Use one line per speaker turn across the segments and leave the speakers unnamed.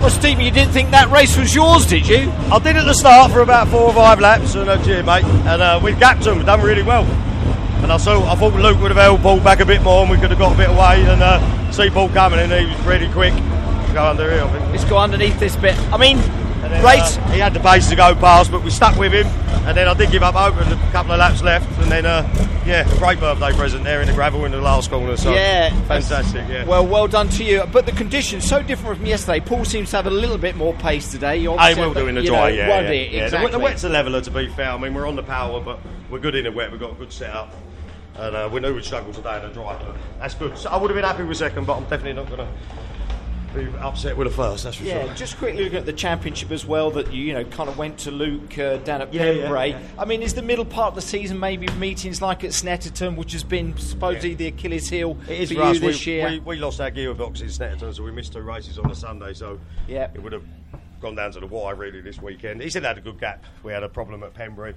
Well, Steve, you didn't think that race was yours, did you?
I did at the start for about four or five laps, and uh, gee, mate, and uh, we've gapped them, done really well. And I saw, I thought Luke would have held Paul back a bit more, and we could have got a bit away. And uh, see Paul coming, and he was really quick. Go under here, I think.
Let's go underneath this bit. I mean,
And then,
race.
uh, he had the pace to go past, but we stuck with him. And then I did give up hope with a couple of laps left. And then, uh, yeah, great birthday present there in the gravel in the last corner. So
Yeah, that's-
fantastic. Yeah.
Well, well done to you. But the conditions so different from yesterday. Paul seems to have a little bit more pace today. You
I
obviously
will
have
do in the
you
dry,
know,
yeah.
won't
yeah,
it?
yeah. The wet-
Exactly.
The, wet's a leveler, to be fair. I mean, we're on the power, but we're good in the wet. We've got a good setup. And uh, we knew we'd struggle today in the dry, but that's good. So I would have been happy with second, but I'm definitely not going to be upset with the first, that's for
Yeah,
sure.
just quickly looking at the championship as well. That you, you know kind of went to Luke uh, down at
Yeah, yeah,
Pembrey.
yeah.
I mean, is the middle part of the season maybe meetings like at Snetterton, which has been supposedly the Achilles heel
It is
for
for us.
you this
we,
year?
We, we lost our gearbox in Snetterton, so we missed two races on a Sunday. So
Yeah.
it would have gone down to the wire really this weekend. He said they had a good gap. We had a problem at Pembrey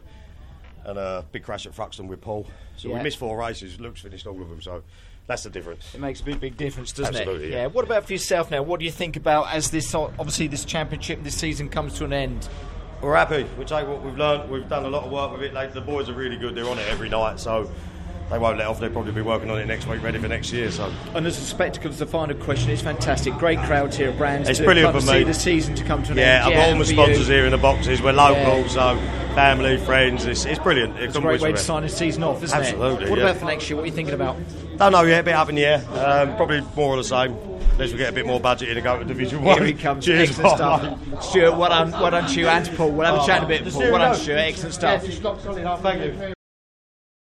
and a big crash at Fruxton with Paul. So
Yeah.
we missed four races. Luke's finished all of them, so that's the difference.
It makes a big, big difference, doesn't it?
Absolutely, yeah.
What about for yourself now? What do you think about as this obviously this championship this season comes to an end?
We're happy. We take what we've learned. We've done a lot of work with it. Like, the boys are really good. They're on it every night, so they won't let off. They'll probably be working on it next week, ready for next year. So
And as a spectacle, as the final question, it's fantastic. Great crowds here at Brands.
It's
to
brilliant
come
for
see
me.
the season to come to an
yeah,
end.
I've got all my
and for
sponsors
you,
here in the boxes. We're local,
Yeah.
so family, friends. It's, it's brilliant.
It's
It
a
couldn't
great
wish
way
for
to
it.
sign a season off, isn't it?
Absolutely,
What
yeah.
about for next year? What are you thinking about?
Don't know yet. A bit up in the air. Um, probably more of the same. Unless we get a bit more budget in to go to Division One.
Here he comes.
Cheers, Oh,
excellent
bye.
stuff. Stuart, well done, well done to you and to Paul. We'll have a chat in a bit, Paul. Well done, Stuart. Excellent stuff.
Thank you.